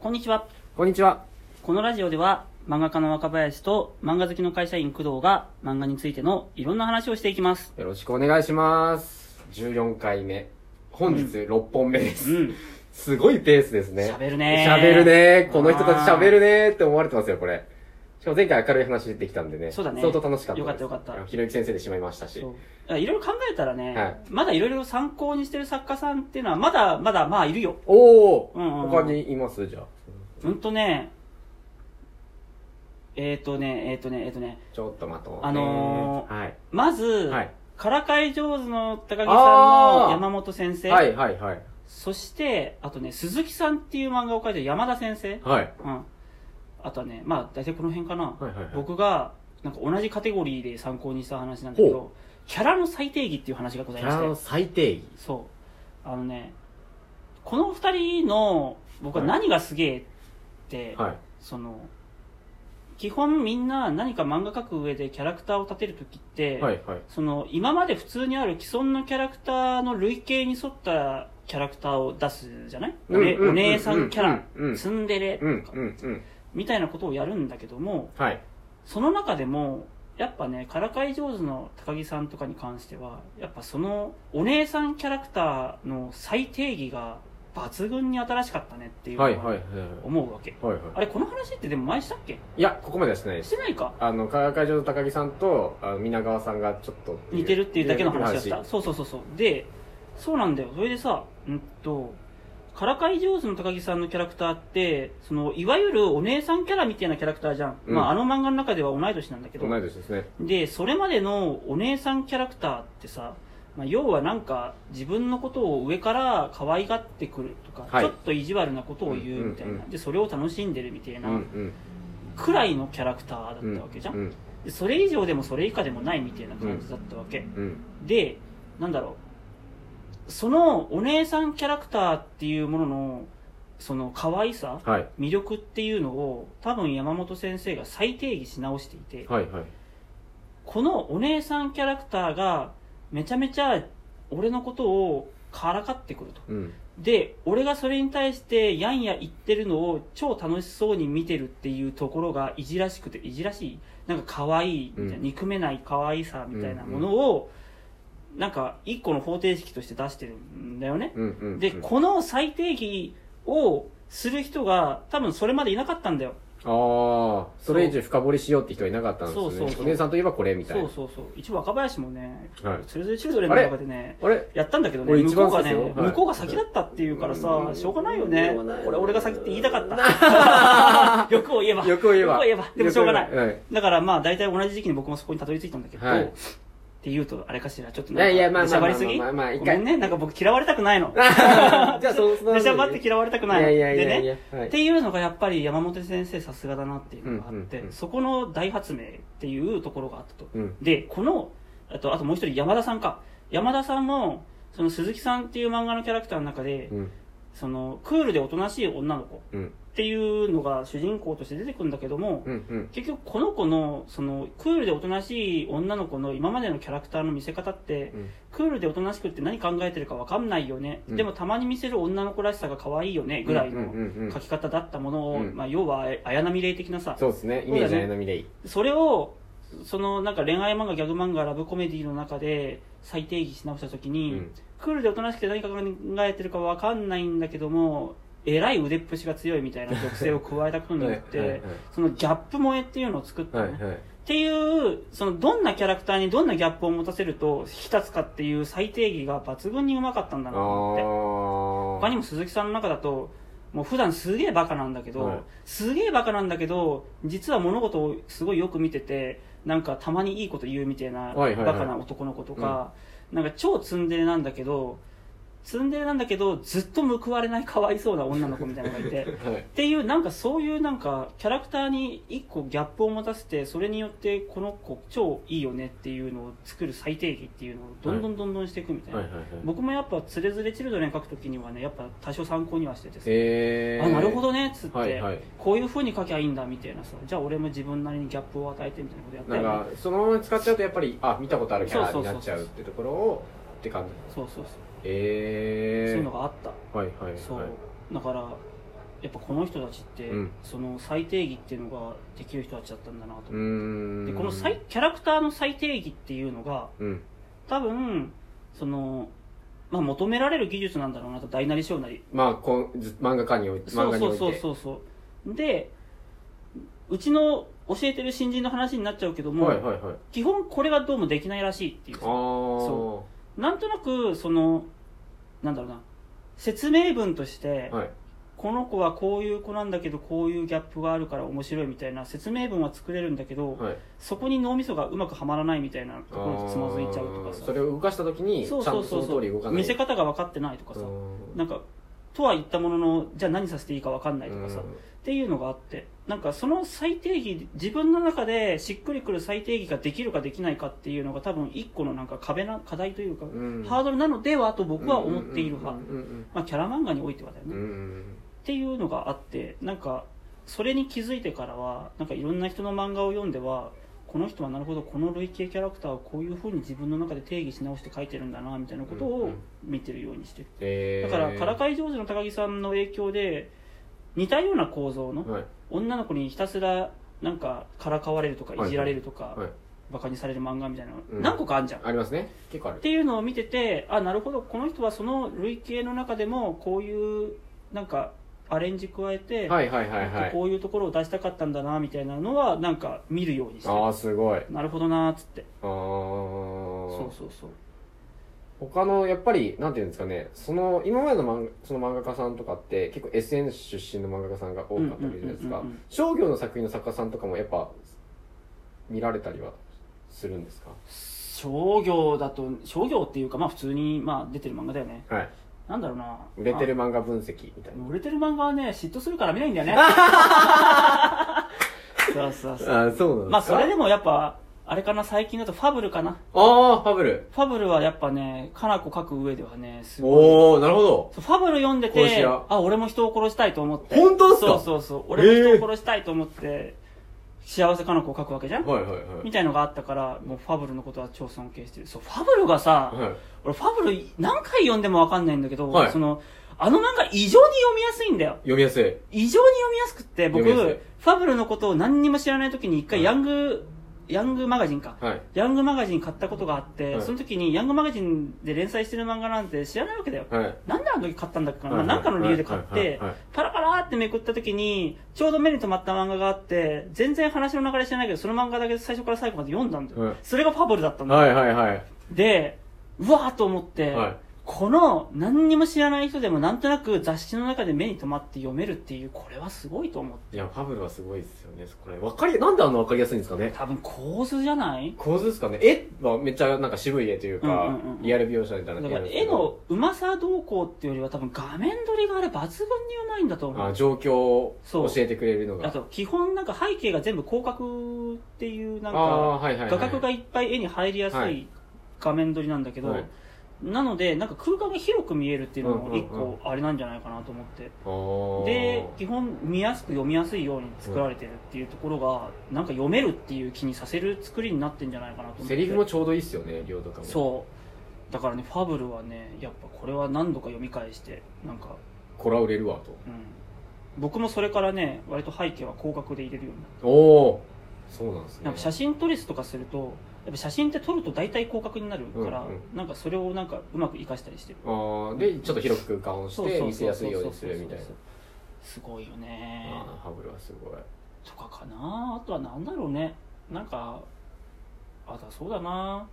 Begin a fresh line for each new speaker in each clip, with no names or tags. こんにちは。
こんにちは。
このラジオでは漫画家の若林と漫画好きの会社員工藤が漫画についてのいろんな話をしていきます。
よろしくお願いします。14回目。本日6本目です。
うん。
すごいペースですね。
喋るね
喋るねこの人たち喋るねって思われてますよ、これ。しかも前回明るい話できたんでね。
そうだね
相当楽しかったです。
よかったよかった
ひろゆき先生でしまいましたし。
そううだからいろいろ考えたらね、
はい
まだいろいろ参考にしてる作家さんっていうのはまだまだまあいるよ。
おー、
うんうんうん
他にいますじゃあ。
うんとね、えっ、ー、とね、えっ、ー、とね、えっ、ー、とね、
ちょっと待とうね。
あのー
はい。
まず、
はい
からかい上手の高木さん
あ
の
ー
山本先生、
はいはいはい。
そして、あとね、鈴木さんっていう漫画を描いてる山田先生、
はい。
うん、あとはね、まあ大体この辺かな、
いはいはい
僕がなんか同じカテゴリーで参考にした話なんだけ
ほ
ど、キャラの最定義っていう話がござ
キ
い
ャ
まし
ラの
て、
最定義。
そう、あのね、この二人の僕は何がすげえって、
はい。
その、基本みんな何か漫画描く上でキャラクターを立てるときって、
はいはい。
その今まで普通にある既存のキャラクターの類型に沿ったキャラクターを出すじゃない、
うんうんうんうん
お姉さんキャラ、
うん
ツンデレと
う
か、
んうんうん。
みたいなことをやるんだけども
はい。
その中でもやっぱねからかい上手の高木さんとかに関してはやっぱそのお姉さんキャラクターの最定義が抜群に新しかったねっていうの
はいはいは。
はい思うわけ、
はい
あ
は
れこの話ってでも前したっけ
い。いや、ここまではしてないです
し。てないか
あの、会場の高木さんと、あの、皆川さんがちょっと
似てるっていうだけの話だったそうそうそうそうでそうなんだよそれでさうんとからかい上手の高木さんのキャラクターってそのいわゆるお姉さんキャラみたいなキャラクターじゃん、
うん
まあ、あの漫画の中では同い年なんだけど
同い年ですね。
でそれまでのお姉さんキャラクターってさ、まあ、要はなんか自分のことを上から可愛がってくるとか、
はい
ちょっと意地悪なことを言うみたいな、
うんうんうん
でそれを楽しんでるみたい
うん
な
うん。
くらいのキャラクターだったわけじゃん、
うん
でそれ以上でもそれ以下でもないみたいな感じだったわけ、
うん。
でなんだろうそのお姉さんキャラクターっていうもののその可愛さ
はい。
魅力っていうのを多分山本先生が再定義し直していて、
はいはい。
このお姉さんキャラクターがめちゃめちゃ俺のことをからかってくると
うん。
で俺がそれに対してやんや言ってるのを超楽しそうに見てるっていうところがいじらしくていじらしいなんか可愛いみたいな、
うん
憎めない可愛さみたいなものを、なんか一個の方程式として出してるんだよね、
うんうん。
でこの最定義をする人が多分それまでいなかったんだよ
ああ、それ以上深掘りしようって人はいなかったんですね。
そうそうそう
お姉さんといえばこれみたい
そ
な
う。そうそう一応若林もね
はい
それぞれチルドレンの中でね
あれ
やったんだけどね、
俺
向
一
こ
番
うが
先
ね、
ですよはい
向こうが先だったっていうからさ、
うん
しょうがないよね
しょうがない。よ
これ俺が先って言いたかった。 欲を言えば。
よく言えば。
欲を言えば。でもしょうがない。
はい。
だからまあ大体同じ時期に僕もそこにたどり着いたんだけど、
はい
って言うとあれかしら、ちょっとなん
い
か、
やいや、まあ
出し
ま
ゃ
あ
ば
ま
り
あ
すぎ
まあまあ、一
ごめん
回。
ね、なんか僕嫌われたくないの。
じゃあ、そうそう。
出しゃばって嫌われたく
い
ないの。
やいやいや
で
い
ね、
や。はい
っていうのがやっぱり山本先生さすがだなっていうのがあって、
うんうんうん
そこの大発明っていうところがあったと。
うん。
で、この、あと、あともう一人、山田さんか。山田さんも、その鈴木さんっていう漫画のキャラクターの中で、
うん。
その、クールでおとなしい女の子っ
うん。
ていうのが主人公として出てくるんだけども、
うん。うん。
結局この子の、その、クールでおとなしい女の子の今までのキャラクターの見せ方って、
うん
クールでおとなしくって何考えてるかわかんないよね、
うん
でもたまに見せる女の子らしさが可愛いよね、ぐらい
うんう
の
んうんうん
描き方だったものを、
うん
まあ、要は、綾波レイ的なさ、
そうですね。イメージないのみでいい。
それをそのなんか恋愛漫画ギャグ漫画ラブコメディの中で再定義し直した時
う
に、
ん。
クールでおとなしくて何考えてるかわかんないんだけどもえらい腕っぷしが強いみたいな属性を加えたことによっ
はいはい
て
はい
そのギャップ萌えっていうのを作ったの
はい
ね、
はい。
っていうそのどんなキャラクターにどんなギャップを持たせると引き立つかっていう再定義が抜群にうまかったんだ
ああ
なと思って。他に
も。
も鈴木さんの中だともう普段すげえバカなんだけど、
はい
すげえバカなんだけど実は物事をすごいよく見ててなんかたまにいいこと言うみたいな
はいはいはい
バカな男の子とか、なんか超ツンデレなんだけどツンデレなんだけどずっと報われないかわいそうな女の子みたいなのがい てっ
はい。
ていうなんかそういうなんかキャラクターに一個ギャップを持たせてそれによってこの子超いいよねっていうのを作る最低義っていうのをどんどんどんどんしていくみたいな。
はいはいはい。
僕もやっぱ「つれづれチルドレン」書くときにはねやっぱ多少参考にはしててさ、
えー、
あなるほどねっつって、
はいはい
こういうふうに書きゃいいんだみたいなさじゃあ俺も自分なりにギャップを与えてみたいなことやった
なん
よ
か
ね
そのまま使っちゃうとやっぱりあ見たことあるキャラになっちゃうってところをって感じ
そうそうそう、
えー、
そういうのがあった
はいはいはい
そうだからやっぱこの人たちって、
うん
その再定義っていうのができる人たちだったんだなと、
うーん
でこの再キャラクターの再定義っていうのが
うん
多分その、まあ、求められる技術なんだろうなと大なり小なり
まあこうず漫画家において
そ
漫
う
画に
そ
お
う
いて
そうそうそうでうちの教えてる新人の話になっちゃうけども、
はいはいはい
基本これがどうもできないらしいっていう
ああ
そなんとなくそのなんだろうな説明文として、
はい
この子はこういう子なんだけどこういうギャップがあるから面白いみたいな説明文は作れるんだけど、
はい
そこに脳みそがうまくはまらないみたいなところにつまずいちゃうとか
あ
さ
ーそれを動かした時にち
そ
ゃん
うそ
と
う
そ
そう
の
そ
通り動
う
かない
見せ方が分かってないとかさ
うん
なんかとは言ったもののじゃあ何させていいか分かんないとかさ、
うん
っていうのがあってなんかその最定義自分の中でしっくりくる最定義ができるかできないかっていうのが多分一個のなんか壁な課題というか、
うん
ハードルなのではと僕は思っている派、
うんうん
まあ、キャラ漫画においてはだよね、
うんうんうん
っていうのがあってなんかそれに気づいてからはなんかいろんな人の漫画を読んではこの人はなるほどこの類型キャラクターをこういうふうに自分の中で定義し直して書いてるんだなみたいなこと
うんう
を
ん
見てるようにしてる、
えー
だからからかい上手の高木さんの影響で似たような構造の
はい
女の子にひたすらなんかからかわれるとか
はい
いじられるとか
はい
バカにされる漫画みたいなの
うん
何個かあんじゃん
ありますね結構あ
っ
る
ていうのを見ててあなるほどこの人はその類型の中でもこういうなんかアレンジ加えて、
はいはいはいはい
こういうところを出したかったんだなみたいなのはなんか見るようにして
ああすごい
なるほどなーっつって
あ
そ
あ
うそうそう
他のやっぱりなんていうんですかねその今までの漫画その漫画家さんとかって結構 SN 出身の漫画家さんが多かったわけじゃないです
う
か
んうんうんうんうん
商業の作品の作家さんとかもやっぱ見られたりはするんですか
商業だと商業っていうかまあ普通にまあ出てる漫画だよね
はい
なんだろうな
売れてる漫画分析みたい
あ売れてる漫画はね嫉妬するから見ないんだよねそうそうそう
なああ そうなん
まあそれでもやっぱあれかな最近だとファブルかな
ああファブル
ファブルはやっぱねかなこ書く上ではねすごい
おおなるほど
そうファブル読んで
殺して屋
あ俺も人を殺したいと思って
本当っすか
そうそうそう俺も人を殺したいと思って、幸せかの子を書くわけじゃん、
はいはいはい
みたいのがあったからもうファブルのことは超尊敬してるそうファブルがさ、
はい
俺ファブル何回読んでもわかんないんだけど、
はい
そのあの漫画異常に読みやすいんだよ
読みやすい
異常に読みやすくって僕
読みやす
フ
い
ァブルのことを何にも知らない時に一回
は
ヤ
い
ング、ヤングマガジンか、
はい
ヤングマガジン買ったことがあって、
はい
その時にヤングマガジンで連載してる漫画なんて知らないわけだよ。
はい
なんであの時買ったんだっけかな、
はいはい
なんかの理由で買っ
はいはい
て
はいはい、
パラパラーってめくった時に、ちょうど目に留まった漫画があって、全然話の流れ知らないけど、その漫画だけ最初から最後まで読んだんだよ。
はい
それがファブルだったんだよ。
はいはいはい
で、うわーと思って、
はい
この何にも知らない人でもなんとなく雑誌の中で目に留まって読めるっていう、これはすごいと思って。
いやファブルはすごいですよねこれわかりなんであんなわかりやすいんですかね
多分構図じゃない
構図ですかね絵はめっちゃなんか渋い絵というか、
うんうんうん
リアル描写みたいな
だから絵のうまさどうこうっていうよりは多分画面撮りがあれ抜群にうまいんだと思
あ
う
状況を
そう
教えてくれるのが
あと基本なんか背景が全部広角っていうなん
あ
か
ーはいはい、はい、
画角がいっぱい絵に入りやす
はい
画面撮りなんだけど、
はい
なのでなんか空間が広く見えるっていうの
うんうん
も
うん
一個あれなんじゃないかなと思って、
あー
で基本見やすく読みやすいように作られてるっていうところがなんか読めるっていう気にさせる作りになってんじゃないかなと思って
セリフもちょうどいいっすよね量とかもう
そうだからね「ファブル」はねやっぱこれは何度か読み返してなんか
こら売れるわと
うん僕もそれからね割と背景は広角で入れるようになっ
おおそうなんです
た
ね
なんか写真撮りすとかするとやっぱ写真って撮ると大体広角になるから、
うん
なんかそれをなんかうまく活かしたりしてる
あーでちょっと広く空間をし
そう
て
そう
見
そ
せ
う
や
そ
す
う
いよう
そう
にするみたいな
すごいよね
あーファブルはすごい
とかかなあとは何だろうねなんかあだそうだな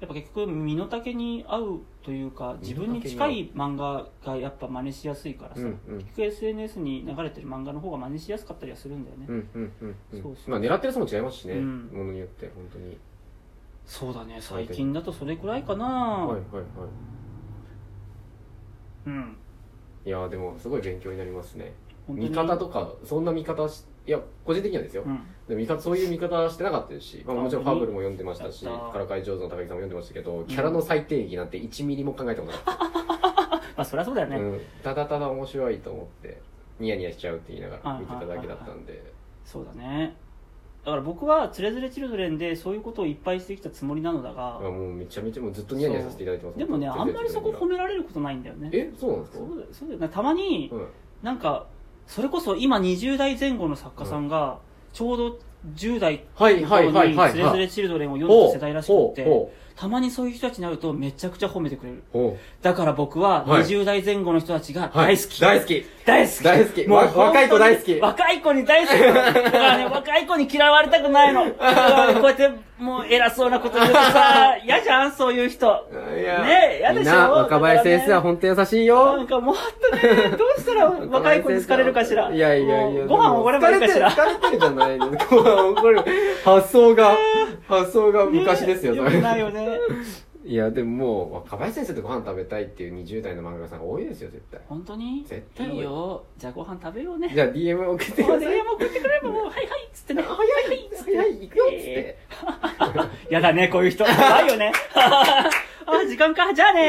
やっぱ結局身の丈に合うというか自分に近い漫画がやっぱ真似しやすいからさ、
うんうん
結局 SNS に流れてる漫画の方が真似しやすかったりはするんだよね、
うんうんうんうん
そうそう
まあ狙ってる人も違いますしね、
うん
ものによって本当に
そうだね最近だとそれくらいかな、
はいはいは
うん
いいやーでもすごい勉強になりますね
本当に
見方とかそんな見方しいや個人的にはですよ、
うん
でも見方そういう見方してなかったですし、まあ、もちろん「ファブル」も読んでましたし
やった
「からかい上手の高木さん」も読んでましたけどキャラの最定義なんて1ミリも考えたことなかっ
まあそりゃそうだよ
た、
ね、
うん、ただただ面白いと思ってニヤニヤしちゃうって言いながら
はい
見て
はいは
た
い
だ
はい
けだったんで
そうだねだから僕は「つれづれチルドレン」でそういうことをいっぱいしてきたつもりなのだが
あ、もうめちゃめちゃもうずっとニヤニヤさせていただいてます
でもねあんまりそこ褒
め
められることないんだよね
えそうなんです
そ
か
うだそうだよねたまに
うん
なんかそれこそ今20代前後の作家さんがちょうど10代
はいはい
の頃
はい
に
はい
ズレズレチルドレンを読ん
ほ
だ
う
世代らしくって
ほ
たまにそういう人たちに会うとめちゃくちゃ褒めてくれる
うほうほ
だから僕は
はい
20代前後の人たちが
うは
大
い
好き、
大好き
大好き
大好き
もう
わ
本当に
若い子大好き
若い子に大好きだから ね若い子に嫌われたくないのだからねこうやってもう偉そうなこと言うと さ嫌じゃんそういう人
い
ねえやでしょ
みんな若林先生は本当優しい
なん
よ
かもう本当ねどうした ら若い子に好かれるかしら
いやいやいや
もうご飯おごればいいかしら
疲れてる疲れてるじゃないのご 飯おごる発想が発想が昔ですよ
ね
そ
よ
れ
くないよね
いやでももう若林先生とご飯食べたいっていう20代の漫画家さんが多いですよ絶対
本当に
絶対多い
いいよじゃあご飯食べようね
じゃあ DM 送ってく
もう
ださい
DM 送ってくれればもう「はいはい」っつってね「
早
はいはいい」っつって
早い行くよっつって
やだねこういう人怖いよねあ時間かじゃあね